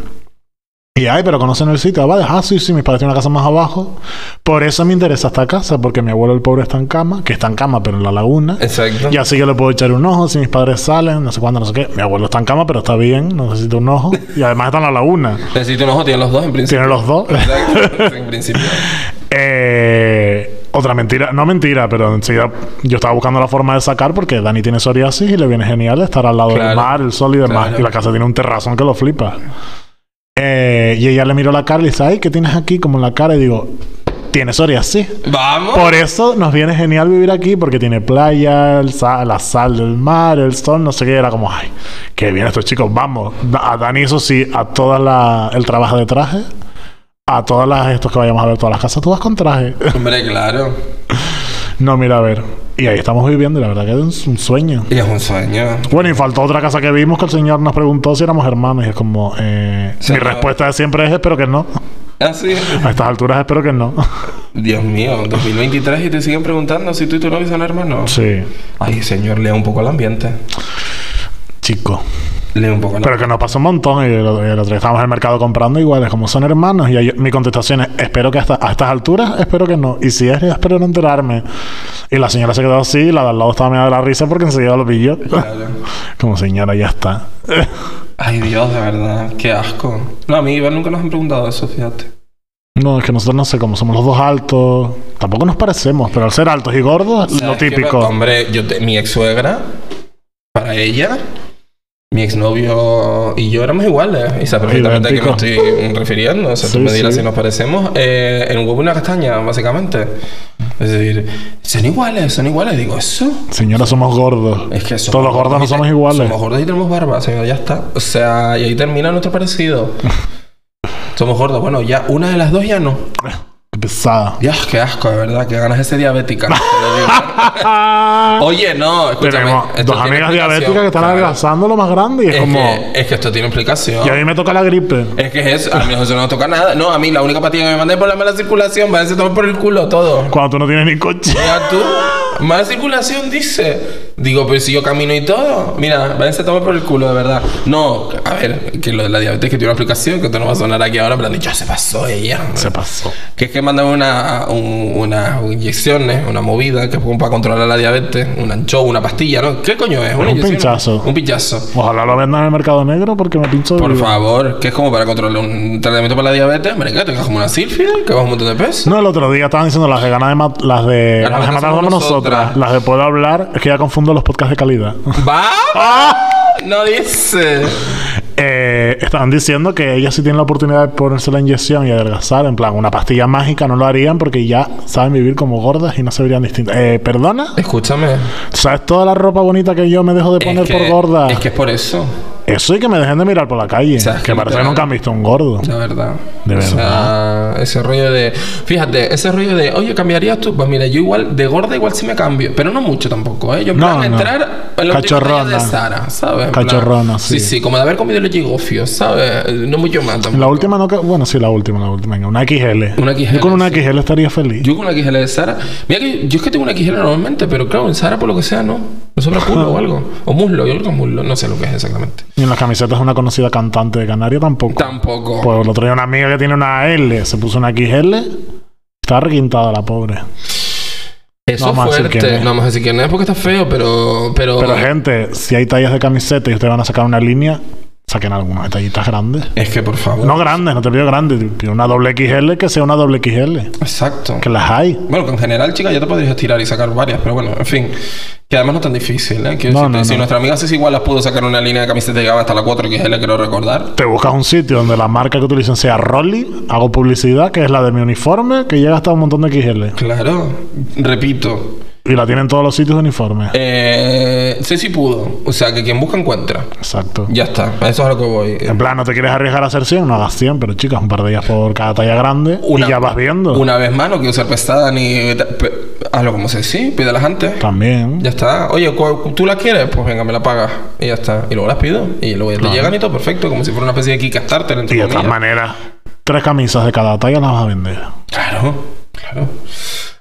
[SPEAKER 2] Y ay, pero conocen el sitio. Ah, Vale, ah, sí, sí, mis padres tienen una casa más abajo. Por eso me interesa esta casa, porque mi abuelo el pobre está en cama, que está en cama, pero en la laguna.
[SPEAKER 1] Exacto.
[SPEAKER 2] Y así yo le puedo echar un ojo si mis padres salen, no sé cuándo, no sé qué. Mi abuelo está en cama, pero está bien, no necesita un ojo. Y además está en la laguna.
[SPEAKER 1] Necesito un ojo, tienen los dos en principio.
[SPEAKER 2] Tiene los dos.
[SPEAKER 1] Exacto, en principio.
[SPEAKER 2] Eh, otra mentira, no mentira, pero enseguida yo estaba buscando la forma de sacar porque Dani tiene psoriasis y le viene genial estar al lado del
[SPEAKER 1] Claro.
[SPEAKER 2] mar, el sol y demás.
[SPEAKER 1] Claro.
[SPEAKER 2] Y la casa tiene un terrazón que lo flipa. Eh, y ella le miró la cara y le dice, ay, ¿qué tienes aquí? Como en la cara y digo, tiene psoriasis.
[SPEAKER 1] Vamos.
[SPEAKER 2] Por eso nos viene genial vivir aquí, porque tiene playa, el sa- la sal del mar, el sol, no sé qué. Era como, ay, qué bien estos chicos, vamos. Da- A Dani, eso sí, a toda la, el trabajo de traje, a todas las, estos que vayamos a ver, todas las casas, tú vas con traje.
[SPEAKER 1] Hombre, claro.
[SPEAKER 2] no, mira, a ver. Y ahí estamos viviendo, y la verdad que es un sueño.
[SPEAKER 1] Y es un sueño.
[SPEAKER 2] Bueno, y faltó otra casa que vimos que el señor nos preguntó si éramos hermanos. Y es como, eh,
[SPEAKER 1] Se
[SPEAKER 2] mi
[SPEAKER 1] acabó.
[SPEAKER 2] respuesta siempre es espero que no.
[SPEAKER 1] Así.
[SPEAKER 2] A estas alturas espero que no.
[SPEAKER 1] Ah, Dios mío, 2023 y te siguen preguntando si tú y tu novio son hermanos.
[SPEAKER 2] sí,
[SPEAKER 1] Ay, señor, lea un poco el ambiente.
[SPEAKER 2] chico.
[SPEAKER 1] Lea un poco el
[SPEAKER 2] Pero que nos pasó un montón. Y el, otro- el otro día estábamos en el mercado comprando iguales, como son hermanos. Y ahí- mi contestación es: espero que hasta, a estas alturas, espero que no. Y si es, espero no enterarme. Y la señora se quedó así, y la de al lado estaba medio de la risa porque enseguida lo pilló.
[SPEAKER 1] Claro.
[SPEAKER 2] como señora, ya está.
[SPEAKER 1] Ay, Dios, de verdad, qué asco. No, a mí Iván nunca nos han preguntado eso, fíjate.
[SPEAKER 2] No, es que nosotros no sé cómo somos los dos altos. Tampoco nos parecemos, pero al ser altos y gordos, lo
[SPEAKER 1] ¿Sabes qué? Pues,
[SPEAKER 2] típico.
[SPEAKER 1] hombre, yo te- mi ex suegra, para ella, mi exnovio y yo éramos iguales. Y sabes perfectamente a qué me
[SPEAKER 2] Idéntico.
[SPEAKER 1] estoy refiriendo. O sea, tú
[SPEAKER 2] Sí,
[SPEAKER 1] me dirás
[SPEAKER 2] sí.
[SPEAKER 1] si nos parecemos. eh, en un huevo y una castaña, básicamente. Es decir, son iguales, son iguales. Digo, eso.
[SPEAKER 2] Señora, somos gordos.
[SPEAKER 1] Es que somos
[SPEAKER 2] Todos los gordos no
[SPEAKER 1] y
[SPEAKER 2] somos
[SPEAKER 1] te-
[SPEAKER 2] iguales.
[SPEAKER 1] Somos gordos y tenemos barba, señor, ya está. O sea, y ahí termina nuestro parecido. somos gordos. Bueno, ya una de las dos ya no.
[SPEAKER 2] Qué pesada.
[SPEAKER 1] Dios, qué asco, de verdad, que ganas ese diabética. te lo digo. Oye, no, escúchame.
[SPEAKER 2] Tenemos
[SPEAKER 1] esto
[SPEAKER 2] dos
[SPEAKER 1] tiene
[SPEAKER 2] amigas diabéticas
[SPEAKER 1] explicación,
[SPEAKER 2] que están
[SPEAKER 1] claro.
[SPEAKER 2] adelgazando lo más grande y es,
[SPEAKER 1] Es,
[SPEAKER 2] como.
[SPEAKER 1] que, es que esto tiene explicación.
[SPEAKER 2] Y a mí me toca la gripe.
[SPEAKER 1] Es que es eso, a mí eso no nos toca nada. No, a mí la única patilla que me mandé por la mala circulación, váyanse a tomar por el culo todo.
[SPEAKER 2] Cuando tú no tienes ni coche.
[SPEAKER 1] Mira tú, Mala circulación, dice. Digo, pero si yo camino y todo. Mira, váyanse a tomar por el culo, de verdad. No, a ver, que lo de la diabetes que tiene una explicación, que esto no va a sonar aquí ahora, pero han dicho, se pasó ella.
[SPEAKER 2] Se pasó.
[SPEAKER 1] Que es que mandan una, un- unas inyecciones, una movida, que es como para controlar la diabetes, un ancho, una pastilla, ¿no? ¿Qué coño es? ¿Una
[SPEAKER 2] Un
[SPEAKER 1] inyección?
[SPEAKER 2] pinchazo.
[SPEAKER 1] Un pinchazo.
[SPEAKER 2] Ojalá lo vendan en el mercado negro porque me pincho de
[SPEAKER 1] Por
[SPEAKER 2] vivo.
[SPEAKER 1] favor, que es como para controlar un tratamiento para la diabetes. Hombre, que te coges como una sílfida, que vas un montón de peso.
[SPEAKER 2] No, el otro día estaban diciendo las de ganas de mat- las de
[SPEAKER 1] Ganas
[SPEAKER 2] ganas de
[SPEAKER 1] de
[SPEAKER 2] matar
[SPEAKER 1] somos
[SPEAKER 2] somos
[SPEAKER 1] nosotras.
[SPEAKER 2] nosotras. las de puedo hablar, es que ya confundo los podcasts de calidad. Ah.
[SPEAKER 1] ¡Va! No dice.
[SPEAKER 2] Eh, estaban diciendo que ellas sí tienen la oportunidad de ponerse la inyección y adelgazar, en plan, una pastilla mágica no lo harían porque ya saben vivir como gordas y no se verían distintas. Eh, perdona,
[SPEAKER 1] Escúchame.
[SPEAKER 2] ¿sabes toda la ropa bonita que yo me dejo de poner
[SPEAKER 1] es que,
[SPEAKER 2] por gorda?
[SPEAKER 1] Es que es por eso.
[SPEAKER 2] Eso y que me dejen de mirar por la calle,
[SPEAKER 1] sea,
[SPEAKER 2] que parece que
[SPEAKER 1] literal.
[SPEAKER 2] nunca han visto un gordo.
[SPEAKER 1] La verdad.
[SPEAKER 2] De
[SPEAKER 1] O sea, ese rollo de. Fíjate, ese rollo de, oye, ¿cambiarías tú? Pues mira, yo igual, de gorda igual sí me cambio. Pero no mucho tampoco, ¿eh? Yo en
[SPEAKER 2] No,
[SPEAKER 1] plan
[SPEAKER 2] no.
[SPEAKER 1] entrar en los de
[SPEAKER 2] Cachorrona.
[SPEAKER 1] Sara, ¿sabes? En plan-
[SPEAKER 2] Cachorrona, sí.
[SPEAKER 1] Sí, sí, como de haber comido los gigofios, ¿sabes? Eh, No mucho más tampoco.
[SPEAKER 2] La última no, que- bueno, sí, la última, la última, venga, una XL.
[SPEAKER 1] Una XL,
[SPEAKER 2] Yo con una
[SPEAKER 1] sí.
[SPEAKER 2] XL estaría feliz.
[SPEAKER 1] Yo con la XL de Sara. Mira que yo es que tengo una XL normalmente, pero claro, en Sara por lo que sea, no. No sobra culo o algo. O muslo, yo creo que es muslo. No sé lo que es exactamente.
[SPEAKER 2] Y en las camisetas de una conocida cantante de Canaria tampoco.
[SPEAKER 1] Tampoco.
[SPEAKER 2] Pues lo traía una amiga que tiene una L, se puso una XL. Está requintada la pobre.
[SPEAKER 1] Eso
[SPEAKER 2] No
[SPEAKER 1] es
[SPEAKER 2] vamos a decir quién
[SPEAKER 1] fuerte.
[SPEAKER 2] es.
[SPEAKER 1] No vamos a decir quién es porque está feo, pero. Pero,
[SPEAKER 2] Pero gente, si hay tallas de camiseta y ustedes van a sacar una línea, saquen algunas tallitas grandes.
[SPEAKER 1] es que por favor.
[SPEAKER 2] No grandes, no te pido grandes. te pido Una doble XL que sea una doble XL.
[SPEAKER 1] Exacto.
[SPEAKER 2] Que las hay.
[SPEAKER 1] Bueno, que en general, chicas, ya te podrías tirar y sacar varias, pero bueno, en fin. Que además no es tan difícil, ¿eh? Quiero
[SPEAKER 2] No,
[SPEAKER 1] decirte,
[SPEAKER 2] no,
[SPEAKER 1] si
[SPEAKER 2] no.
[SPEAKER 1] nuestra amiga Ceci igual las pudo sacar una línea de camiseta que llegaba hasta la 4, que es la quiero recordar.
[SPEAKER 2] Te buscas un sitio donde la marca que utilicen sea Rolly, hago publicidad, que es la de mi uniforme, que llega hasta un montón de XL.
[SPEAKER 1] Claro, repito.
[SPEAKER 2] Y la tienen todos los sitios de uniforme.
[SPEAKER 1] Eh, Ceci pudo. O sea, que quien busca encuentra.
[SPEAKER 2] Exacto.
[SPEAKER 1] Ya está, a eso es a lo que voy.
[SPEAKER 2] En plan, no te quieres arriesgar a hacer 100, no hagas 100, pero chicas, un par de ellas por cada talla grande
[SPEAKER 1] Una-
[SPEAKER 2] y ya vas viendo.
[SPEAKER 1] Una vez más, no quiero ser pesada ni. pe- Hazlo como Ceci, pídelas antes.
[SPEAKER 2] También.
[SPEAKER 1] Ya está. Oye, cu- ¿tú las quieres? Pues venga, me la pagas. Y ya está. Y luego las pido. Y luego ya te llegan y todo perfecto. Como si fuera una especie de Kickstarter.
[SPEAKER 2] Y
[SPEAKER 1] Entre
[SPEAKER 2] de todas
[SPEAKER 1] comillas.
[SPEAKER 2] maneras, tres camisas de cada talla las vas a vender.
[SPEAKER 1] Claro, claro.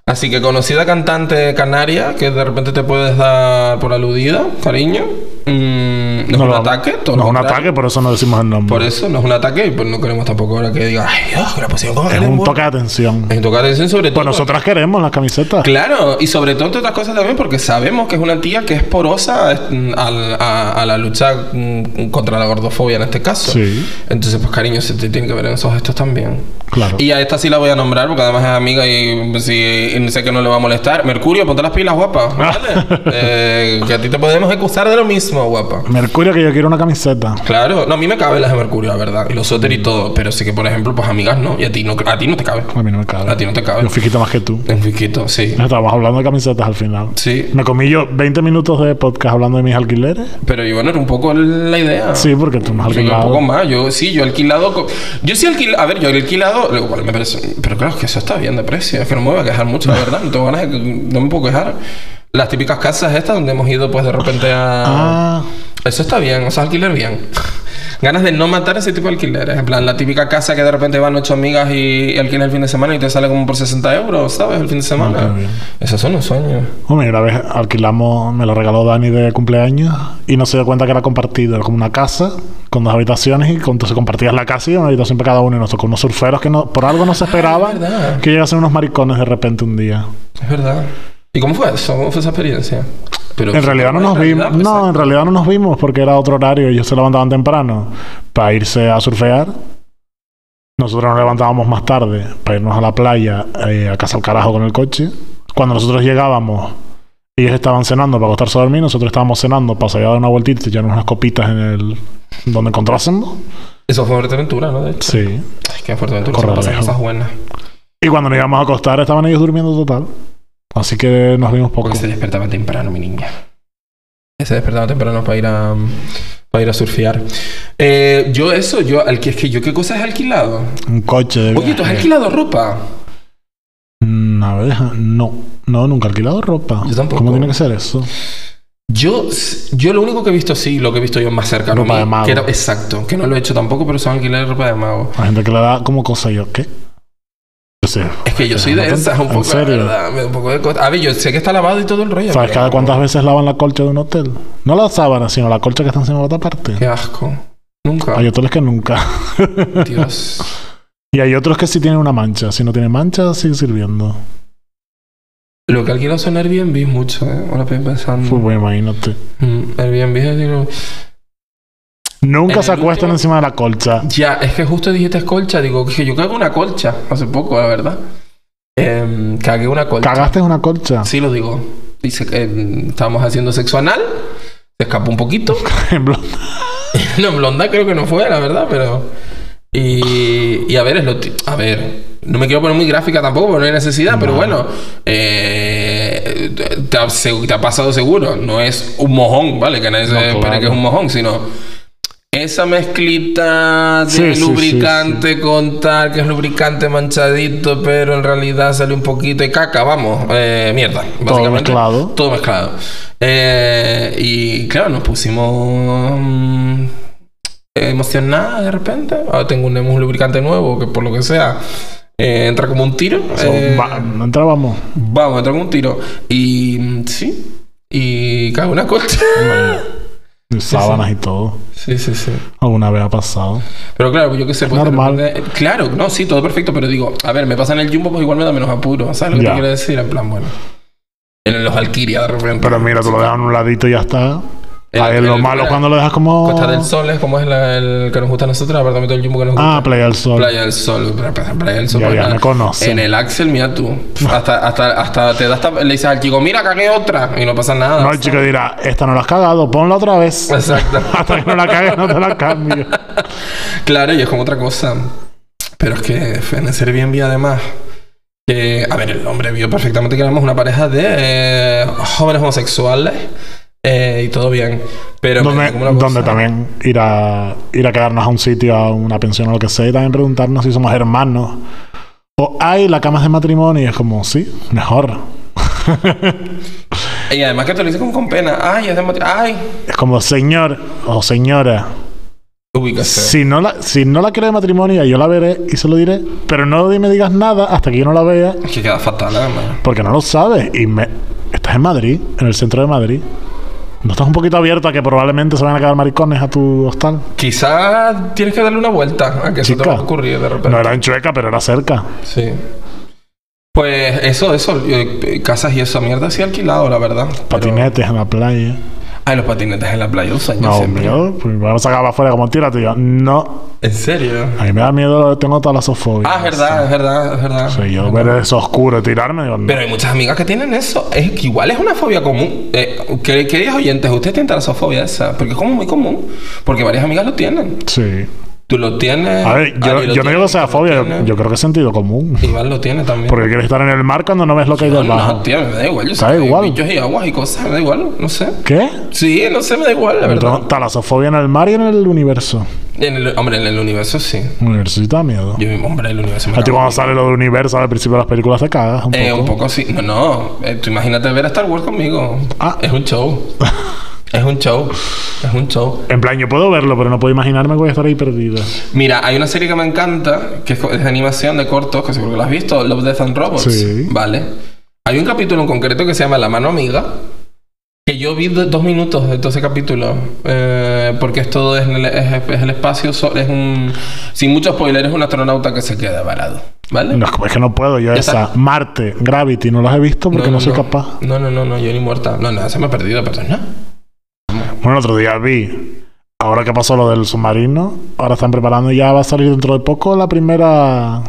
[SPEAKER 1] Así que conocida cantante canaria que de repente te puedes dar por aludida, cariño. Mm, no, es un
[SPEAKER 2] lo-
[SPEAKER 1] ataque, todo
[SPEAKER 2] No
[SPEAKER 1] lo
[SPEAKER 2] es un
[SPEAKER 1] contrario.
[SPEAKER 2] ataque, por eso no decimos el nombre.
[SPEAKER 1] Por eso no es un ataque y pues no queremos tampoco ahora que diga, ay Dios, que la pusieron como
[SPEAKER 2] es un toque de atención.
[SPEAKER 1] Es un toque de atención sobre todo.
[SPEAKER 2] Pues nosotras queremos las camisetas.
[SPEAKER 1] Claro, y sobre todo entre otras cosas también porque sabemos que es una tía que es porosa es, mm, al- a, a la lucha mm, contra la gordofobia en este caso.
[SPEAKER 2] Sí.
[SPEAKER 1] Entonces, pues cariño, se te tiene que ver en esos gestos también.
[SPEAKER 2] Claro.
[SPEAKER 1] Y a esta sí la voy a nombrar porque además es amiga y, pues, sí, y sé que no le va a molestar. Mercurio, ponte las pilas, guapa. ¿vale? Eh, que a ti te podemos acusar de lo mismo, guapa.
[SPEAKER 2] Mercurio, que yo quiero una camiseta.
[SPEAKER 1] Claro, no, a mí me caben las de Mercurio, la verdad. Y los suéter y todo. Pero sí que, por ejemplo, pues amigas no. Y a ti no, a ti no te cabe.
[SPEAKER 2] A mí no me cabe.
[SPEAKER 1] A ti no te cabe.
[SPEAKER 2] Yo fiquito más que tú.
[SPEAKER 1] En Fiquito, sí.
[SPEAKER 2] Estábamos hablando de camisetas al final.
[SPEAKER 1] Sí.
[SPEAKER 2] Me comí yo 20 minutos de podcast hablando de mis alquileres.
[SPEAKER 1] Pero yo, bueno, era un poco la idea.
[SPEAKER 2] Sí, porque tú me has
[SPEAKER 1] Yo un
[SPEAKER 2] alquilado.
[SPEAKER 1] poco más, yo sí, yo he alquilado. co- Yo sí he alquilado. A ver, yo he alquilado. lo cual me parece- pero claro, es que eso está bien de precio. Es que no me voy a quejar mucho, la verdad. No tengo ganas de, No me puedo quejar. Las típicas casas estas donde hemos ido, pues de repente a.
[SPEAKER 2] Ah,
[SPEAKER 1] Eso está bien, o sea, alquiler bien. Ganas de no matar ese tipo de alquileres. En plan, la típica casa que de repente van ocho amigas y, y alquilas el fin de semana y te sale como por 60 euros, ¿sabes? El fin de
[SPEAKER 2] Ah,
[SPEAKER 1] semana.
[SPEAKER 2] qué bien.
[SPEAKER 1] Esos son los sueños.
[SPEAKER 2] hombre, una vez alquilamos, me lo regaló Dani de cumpleaños y no se dio cuenta que era compartido. Era como una casa con dos habitaciones y con- entonces compartías la casa y una habitación para cada uno. Y nos tocó unos surferos que no, por algo no se esperaban
[SPEAKER 1] verdad.
[SPEAKER 2] que llegasen unos maricones de repente un día.
[SPEAKER 1] Es verdad. ¿Y cómo fue eso? ¿Cómo fue esa experiencia? Pero,
[SPEAKER 2] En realidad no nos
[SPEAKER 1] En realidad,
[SPEAKER 2] vimos.
[SPEAKER 1] pues,
[SPEAKER 2] No, en realidad no nos vimos porque era otro horario. Ellos se levantaban temprano para irse a surfear. Nosotros nos levantábamos más tarde para irnos a la playa, eh, a casa al carajo con el coche. Cuando nosotros llegábamos, ellos estaban cenando para acostarse a dormir. Nosotros estábamos cenando para salir a dar una vueltita y echarnos unas copitas en el. donde encontrásemos.
[SPEAKER 1] Eso fue Fuerteventura, ¿no? De hecho.
[SPEAKER 2] Sí.
[SPEAKER 1] Es que en Fuerteventura se
[SPEAKER 2] Corralejo.
[SPEAKER 1] pasan cosas buenas.
[SPEAKER 2] Y cuando nos íbamos a acostar, estaban ellos durmiendo total. Así que nos vimos poco.
[SPEAKER 1] Porque se despertaban temprano, mi niña. Se despertaban temprano para ir a para ir a surfear. Eh, yo eso, yo al que es que yo qué cosa he alquilado.
[SPEAKER 2] Un coche de.
[SPEAKER 1] Oye, ¿tú has
[SPEAKER 2] viaje.
[SPEAKER 1] alquilado ropa?
[SPEAKER 2] Mm, a ver, no, no, nunca he alquilado ropa.
[SPEAKER 1] Yo tampoco.
[SPEAKER 2] ¿Cómo tiene que ser eso?
[SPEAKER 1] Yo, s- yo lo único que he visto sí, lo que he visto yo más cercano
[SPEAKER 2] Ropa
[SPEAKER 1] a mí,
[SPEAKER 2] de mago.
[SPEAKER 1] que era- exacto, que no lo he hecho tampoco, pero son alquiler de ropa de mago.
[SPEAKER 2] La gente que le da como cosa yo, ¿qué? curses.
[SPEAKER 1] Es que yo soy de esas un
[SPEAKER 2] Ah, ¿En
[SPEAKER 1] poco, la
[SPEAKER 2] serio?
[SPEAKER 1] verdad. Me da un poco de cosa. A ver, yo sé que está lavado y todo el rollo.
[SPEAKER 2] ¿Sabes
[SPEAKER 1] pero
[SPEAKER 2] cada
[SPEAKER 1] no.
[SPEAKER 2] cuántas veces lavan la colcha de un hotel? No la sábana, sino la colcha que está encima de otra parte.
[SPEAKER 1] Qué asco. Nunca.
[SPEAKER 2] Hay hoteles que nunca.
[SPEAKER 1] Dios.
[SPEAKER 2] y hay otros que sí tienen una mancha. Si no tiene mancha, sigue sirviendo.
[SPEAKER 1] Lo que alquiló son Airbnb mucho, ¿eh? Ahora estoy pensando.
[SPEAKER 2] Fútbol, Pues, imagínate.
[SPEAKER 1] Mm, Airbnb es digo, En
[SPEAKER 2] Nunca
[SPEAKER 1] el
[SPEAKER 2] se acuestan
[SPEAKER 1] último-
[SPEAKER 2] encima de la colcha.
[SPEAKER 1] Ya, es que justo dijiste colcha. Digo, que yo cago una colcha hace poco, la verdad. Em, cagué una colcha.
[SPEAKER 2] ¿Cagaste en una colcha?
[SPEAKER 1] Sí, lo digo. Dice que em, estábamos haciendo sexo anal. Se escapó un poquito.
[SPEAKER 2] En plan,
[SPEAKER 1] No, en blonda creo que no fue, la verdad, pero. Y, y a ver, es lo ti- a ver, no me quiero poner muy gráfica tampoco, porque no hay necesidad, pero bueno, eh, te, ha, se- te ha pasado seguro, no es un mojón, ¿vale? Que nadie se
[SPEAKER 2] No,
[SPEAKER 1] espere
[SPEAKER 2] claro.
[SPEAKER 1] que es un mojón, sino esa mezclita de
[SPEAKER 2] Sí, sí, sí,
[SPEAKER 1] lubricante con tal, que es lubricante manchadito, pero en realidad sale un poquito de caca, vamos, eh, mierda, básicamente.
[SPEAKER 2] mezclado.
[SPEAKER 1] Todo mezclado. Eh, y claro, nos pusimos mm, emocionada de repente. Ahora tengo un, un lubricante nuevo que por lo que sea eh, entra como un tiro.
[SPEAKER 2] eso,
[SPEAKER 1] Eh,
[SPEAKER 2] va- no entrábamos.
[SPEAKER 1] Vamos, entra como un tiro. Y mm, sí. Y cago una coche.
[SPEAKER 2] De Sábanas y todo.
[SPEAKER 1] sí, sí, sí.
[SPEAKER 2] Alguna vez ha pasado.
[SPEAKER 1] Pero claro, yo qué sé, pues, de
[SPEAKER 2] Normal.
[SPEAKER 1] repente- claro, no, sí, todo perfecto, pero digo, a ver, me pasa en el jumbo, pues igual me da menos apuro. ¿Sabes lo que
[SPEAKER 2] Ya.
[SPEAKER 1] te quiero decir? En plan, bueno. En los Alquiria, de repente.
[SPEAKER 2] Pero mira, tú lo dejas en un ladito y ya está.
[SPEAKER 1] El-
[SPEAKER 2] Ahí es lo
[SPEAKER 1] el-
[SPEAKER 2] malo es cuando lo dejas como.
[SPEAKER 1] Costa del Sol es como es la- el que nos gusta a nosotros, el apartamento del Jumbo que nos gusta.
[SPEAKER 2] Ah, Playa del Sol.
[SPEAKER 1] Playa del Sol, Playa- Playa del Sol.
[SPEAKER 2] Ya,
[SPEAKER 1] pues,
[SPEAKER 2] ya,
[SPEAKER 1] nada.
[SPEAKER 2] me conoce.
[SPEAKER 1] En el Axel, mira tú. Hasta, hasta, hasta te das, le dices al chico, mira, cagué otra. Y no pasa nada.
[SPEAKER 2] No, el chico dirá, esta no la has cagado, ponla otra vez.
[SPEAKER 1] Exacto.
[SPEAKER 2] Hasta que no la cagues, no te la cambio.
[SPEAKER 1] Claro, y es como otra cosa. Pero es que en el Airbnb, además, que, a ver, el hombre vio perfectamente que éramos una pareja de eh, jóvenes homosexuales eh, y todo bien. Pero me
[SPEAKER 2] Donde,
[SPEAKER 1] dio como una cosa.
[SPEAKER 2] donde también ir a, ir a quedarnos a un sitio, a una pensión o lo que sea, y también preguntarnos si somos hermanos. O, ay, la cama es de matrimonio. Y es como, sí, mejor.
[SPEAKER 1] Y además que te lo dice como con pena. Ay, es de moti- Ay,
[SPEAKER 2] Es como, señor o señora,
[SPEAKER 1] ubícase.
[SPEAKER 2] si no la, si no la quiere de matrimonio, yo la veré y se lo diré. Pero no me digas nada hasta que yo no la vea,
[SPEAKER 1] Es que queda fatal, además.
[SPEAKER 2] porque no lo sabes. Y me, estás en Madrid, en el centro de Madrid. No estás un poquito abierto a que probablemente se van a quedar maricones a tu hostal.
[SPEAKER 1] Quizás tienes que darle una vuelta a que eso te
[SPEAKER 2] Chica,
[SPEAKER 1] va a ocurrir de repente.
[SPEAKER 2] No era en Chueca, pero era cerca.
[SPEAKER 1] Sí. Pues eso, eso, eh, eh, casas y esa mierda sí alquilado, la verdad. Pero-
[SPEAKER 2] Patinetes en la playa.
[SPEAKER 1] Ay, los patinetes en la playa, un sueño
[SPEAKER 2] No,
[SPEAKER 1] siempre.
[SPEAKER 2] mío, pues me van a sacar para afuera como tírate. Yo, no,
[SPEAKER 1] ¿En serio?
[SPEAKER 2] a mí me da miedo, tengo talasofobia.
[SPEAKER 1] Ah, es verdad, es verdad, es verdad.
[SPEAKER 2] Sí, yo ver eso oscuro, tirarme, digo, no.
[SPEAKER 1] Pero hay muchas amigas que tienen eso. Es que igual es una fobia común. Eh, que- Queridos oyentes, ustedes tienen talasofobia esa. Porque es como muy común. Porque varias amigas lo tienen.
[SPEAKER 2] sí.
[SPEAKER 1] Tú lo tienes.
[SPEAKER 2] A
[SPEAKER 1] Ari
[SPEAKER 2] ver, yo,
[SPEAKER 1] lo
[SPEAKER 2] yo no
[SPEAKER 1] tiene,
[SPEAKER 2] digo que
[SPEAKER 1] tú
[SPEAKER 2] sea
[SPEAKER 1] lo
[SPEAKER 2] fobia, yo,
[SPEAKER 1] tienes,
[SPEAKER 2] yo creo que es sentido común.
[SPEAKER 1] Iván lo tiene también.
[SPEAKER 2] Porque quieres estar en el mar cuando no ves lo que hay
[SPEAKER 1] No,
[SPEAKER 2] debajo.
[SPEAKER 1] no, tío, me da igual. Yo
[SPEAKER 2] Da
[SPEAKER 1] sé que hay
[SPEAKER 2] igual.
[SPEAKER 1] bichos y aguas y cosas, me da igual, no sé.
[SPEAKER 2] ¿Qué?
[SPEAKER 1] Sí, no sé, me da igual, la
[SPEAKER 2] Yo
[SPEAKER 1] verdad.
[SPEAKER 2] tengo talasofobia en el mar y en el universo.
[SPEAKER 1] En el, hombre, en el universo sí.
[SPEAKER 2] El universo sí te da miedo.
[SPEAKER 1] Yo, hombre, el universo me
[SPEAKER 2] A ti
[SPEAKER 1] cago en
[SPEAKER 2] cuando sale lo de universo al principio de las películas te cagas un poco.
[SPEAKER 1] Eh, un poco sí. No, no. Eh, tú imagínate ver a Star Wars conmigo.
[SPEAKER 2] Ah.
[SPEAKER 1] Es un show. es un show. Es un show.
[SPEAKER 2] En plan, yo puedo verlo, pero no puedo imaginarme que voy a estar ahí perdida.
[SPEAKER 1] Mira, hay una serie que me encanta, que es co- es de animación de cortos, que seguro que la has visto, Love, Death and Robots.
[SPEAKER 2] Sí.
[SPEAKER 1] Vale. Hay un capítulo en concreto que se llama La mano amiga, que yo vi do- dos minutos de todo ese capítulo, eh, porque es todo, es, en el- es- es el espacio, so- es un... Sin mucho spoiler, es un astronauta que se queda varado. ¿Vale?
[SPEAKER 2] No, es que no puedo yo
[SPEAKER 1] Ya
[SPEAKER 2] esa.
[SPEAKER 1] está.
[SPEAKER 2] Marte, Gravity, no las he visto porque no, soy capaz.
[SPEAKER 1] No, no, no, no, yo ni muerta. No, no, se me ha perdido, pero no.
[SPEAKER 2] Bueno, el otro día vi. Ahora que pasó lo del submarino, ahora están preparando ya va a salir dentro de poco la primera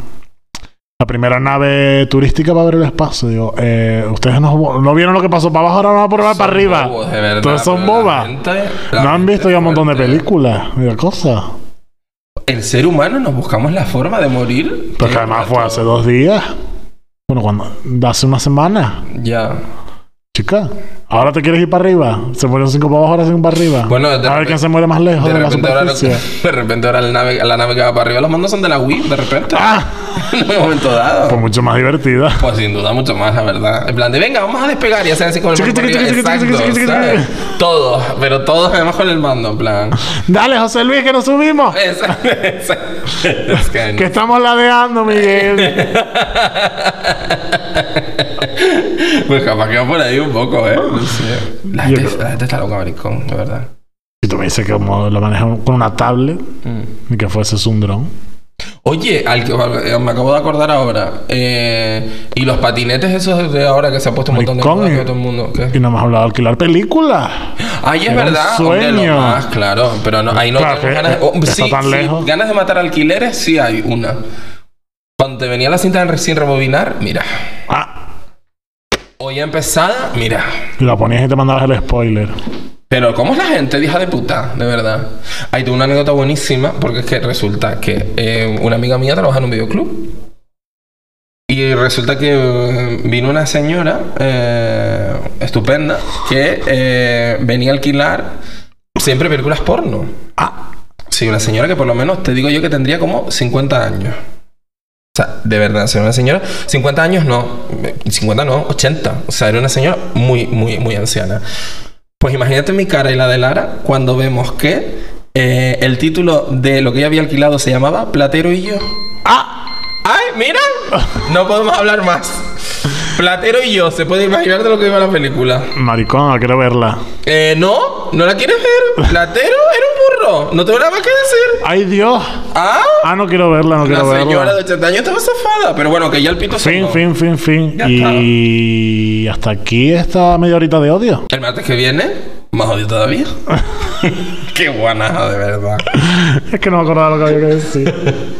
[SPEAKER 2] la primera nave turística para ver el espacio. Digo, eh, ustedes no, no vieron lo que pasó para abajo, ahora van a probar para Ah, arriba.
[SPEAKER 1] Bobos, de verdad,
[SPEAKER 2] Todos son
[SPEAKER 1] pero la
[SPEAKER 2] bobas.
[SPEAKER 1] gente- la
[SPEAKER 2] No han
[SPEAKER 1] gente
[SPEAKER 2] visto ya un montón de
[SPEAKER 1] fuerte.
[SPEAKER 2] películas y de cosas.
[SPEAKER 1] El ser humano nos buscamos la forma de morir.
[SPEAKER 2] Porque además fue hace dos días. Bueno, cuando hace una semana.
[SPEAKER 1] Ya.
[SPEAKER 2] buscar. Ahora te quieres ir para arriba. Se fueron cinco para abajo, ahora cinco para arriba.
[SPEAKER 1] Bueno, de
[SPEAKER 2] a ver
[SPEAKER 1] repente-
[SPEAKER 2] quién se muere más lejos de,
[SPEAKER 1] De
[SPEAKER 2] la
[SPEAKER 1] repente, ahora, lo-
[SPEAKER 2] superficie.
[SPEAKER 1] de repente ahora la nave, la nave que va para arriba, los mandos son de la Wii, de repente.
[SPEAKER 2] ¡Ah!
[SPEAKER 1] en un momento dado.
[SPEAKER 2] Pues mucho más divertida.
[SPEAKER 1] Pues sin duda mucho más, la verdad. En plan de, venga, vamos a despegar y hacer así con el
[SPEAKER 2] Chiqui,
[SPEAKER 1] mando.
[SPEAKER 2] chiqui, chiqui, chiqui,
[SPEAKER 1] Exacto,
[SPEAKER 2] chiqui, chiqui,
[SPEAKER 1] ¿sabes?
[SPEAKER 2] chiqui.
[SPEAKER 1] Todos, pero todos además con el mando, en plan.
[SPEAKER 2] Dale, José Luis, que nos subimos.
[SPEAKER 1] Esa- esa- es que
[SPEAKER 2] Que estamos ladeando, Miguel.
[SPEAKER 1] Pues capaz que va por ahí un poco, ¿eh? No sé. La
[SPEAKER 2] Yo
[SPEAKER 1] gente,
[SPEAKER 2] creo-
[SPEAKER 1] la gente está loca, maricón, de verdad.
[SPEAKER 2] Si tú me dices que como lo manejan con una tablet,
[SPEAKER 1] Mm.
[SPEAKER 2] ni que fuese un dron.
[SPEAKER 1] Oye, al que, eh, me acabo de acordar ahora. eh, y los patinetes esos de ahora que se ha puesto un montón de
[SPEAKER 2] Maricón,
[SPEAKER 1] moda que
[SPEAKER 2] eh.
[SPEAKER 1] todo el mundo. ¿qué?
[SPEAKER 2] Y no hemos hablado de alquilar películas.
[SPEAKER 1] Ay, es
[SPEAKER 2] Era un
[SPEAKER 1] verdad. hombre, lo
[SPEAKER 2] sueño.
[SPEAKER 1] más, claro. Pero no, ahí no
[SPEAKER 2] Claro,
[SPEAKER 1] tengo
[SPEAKER 2] que
[SPEAKER 1] ganas de. oh,
[SPEAKER 2] está
[SPEAKER 1] sí,
[SPEAKER 2] tan
[SPEAKER 1] sí,
[SPEAKER 2] lejos.
[SPEAKER 1] ganas de matar alquileres, sí hay una. Cuando te venía la cinta de sin rebobinar, mira.
[SPEAKER 2] Ah,
[SPEAKER 1] O ya empezada, mira.
[SPEAKER 2] y la ponías y te mandabas el spoiler.
[SPEAKER 1] Pero ¿cómo es la gente, hija de puta? De verdad. Hay una anécdota buenísima porque es que resulta que eh, una amiga mía trabaja en un videoclub. Y resulta que eh, vino una señora eh, estupenda que eh, venía a alquilar siempre películas porno.
[SPEAKER 2] Ah,
[SPEAKER 1] Sí, una señora que por lo menos te digo yo que tendría como 50 años. O sea, de verdad, ser una señora, 50 años no, 50 no, 80. O sea, era una señora muy, muy, muy anciana. Pues imagínate mi cara y la de Lara cuando vemos que eh, el título de lo que ella había alquilado se llamaba Platero y yo.
[SPEAKER 2] ah,
[SPEAKER 1] ¡Ay, mira! No podemos hablar más. Platero y yo, ¿se puede imaginar de lo que iba la película?
[SPEAKER 2] maricón, quiero verla.
[SPEAKER 1] Eh, no, ¿no la quieres ver? Platero era un burro, no tengo nada más que decir.
[SPEAKER 2] ¡Ay, Dios!
[SPEAKER 1] ¡Ah!
[SPEAKER 2] Ah, no quiero verla,
[SPEAKER 1] La
[SPEAKER 2] no quiero
[SPEAKER 1] señora de
[SPEAKER 2] verla.
[SPEAKER 1] 80 años estaba zafada, pero bueno, que ya el pito
[SPEAKER 2] Fin,
[SPEAKER 1] sonó.
[SPEAKER 2] fin, fin, fin.
[SPEAKER 1] Ya
[SPEAKER 2] Y hasta aquí esta media horita de odio.
[SPEAKER 1] El martes que viene, más odio todavía. Qué guanaja, de verdad.
[SPEAKER 2] Es que no me acordaba lo que había que decir.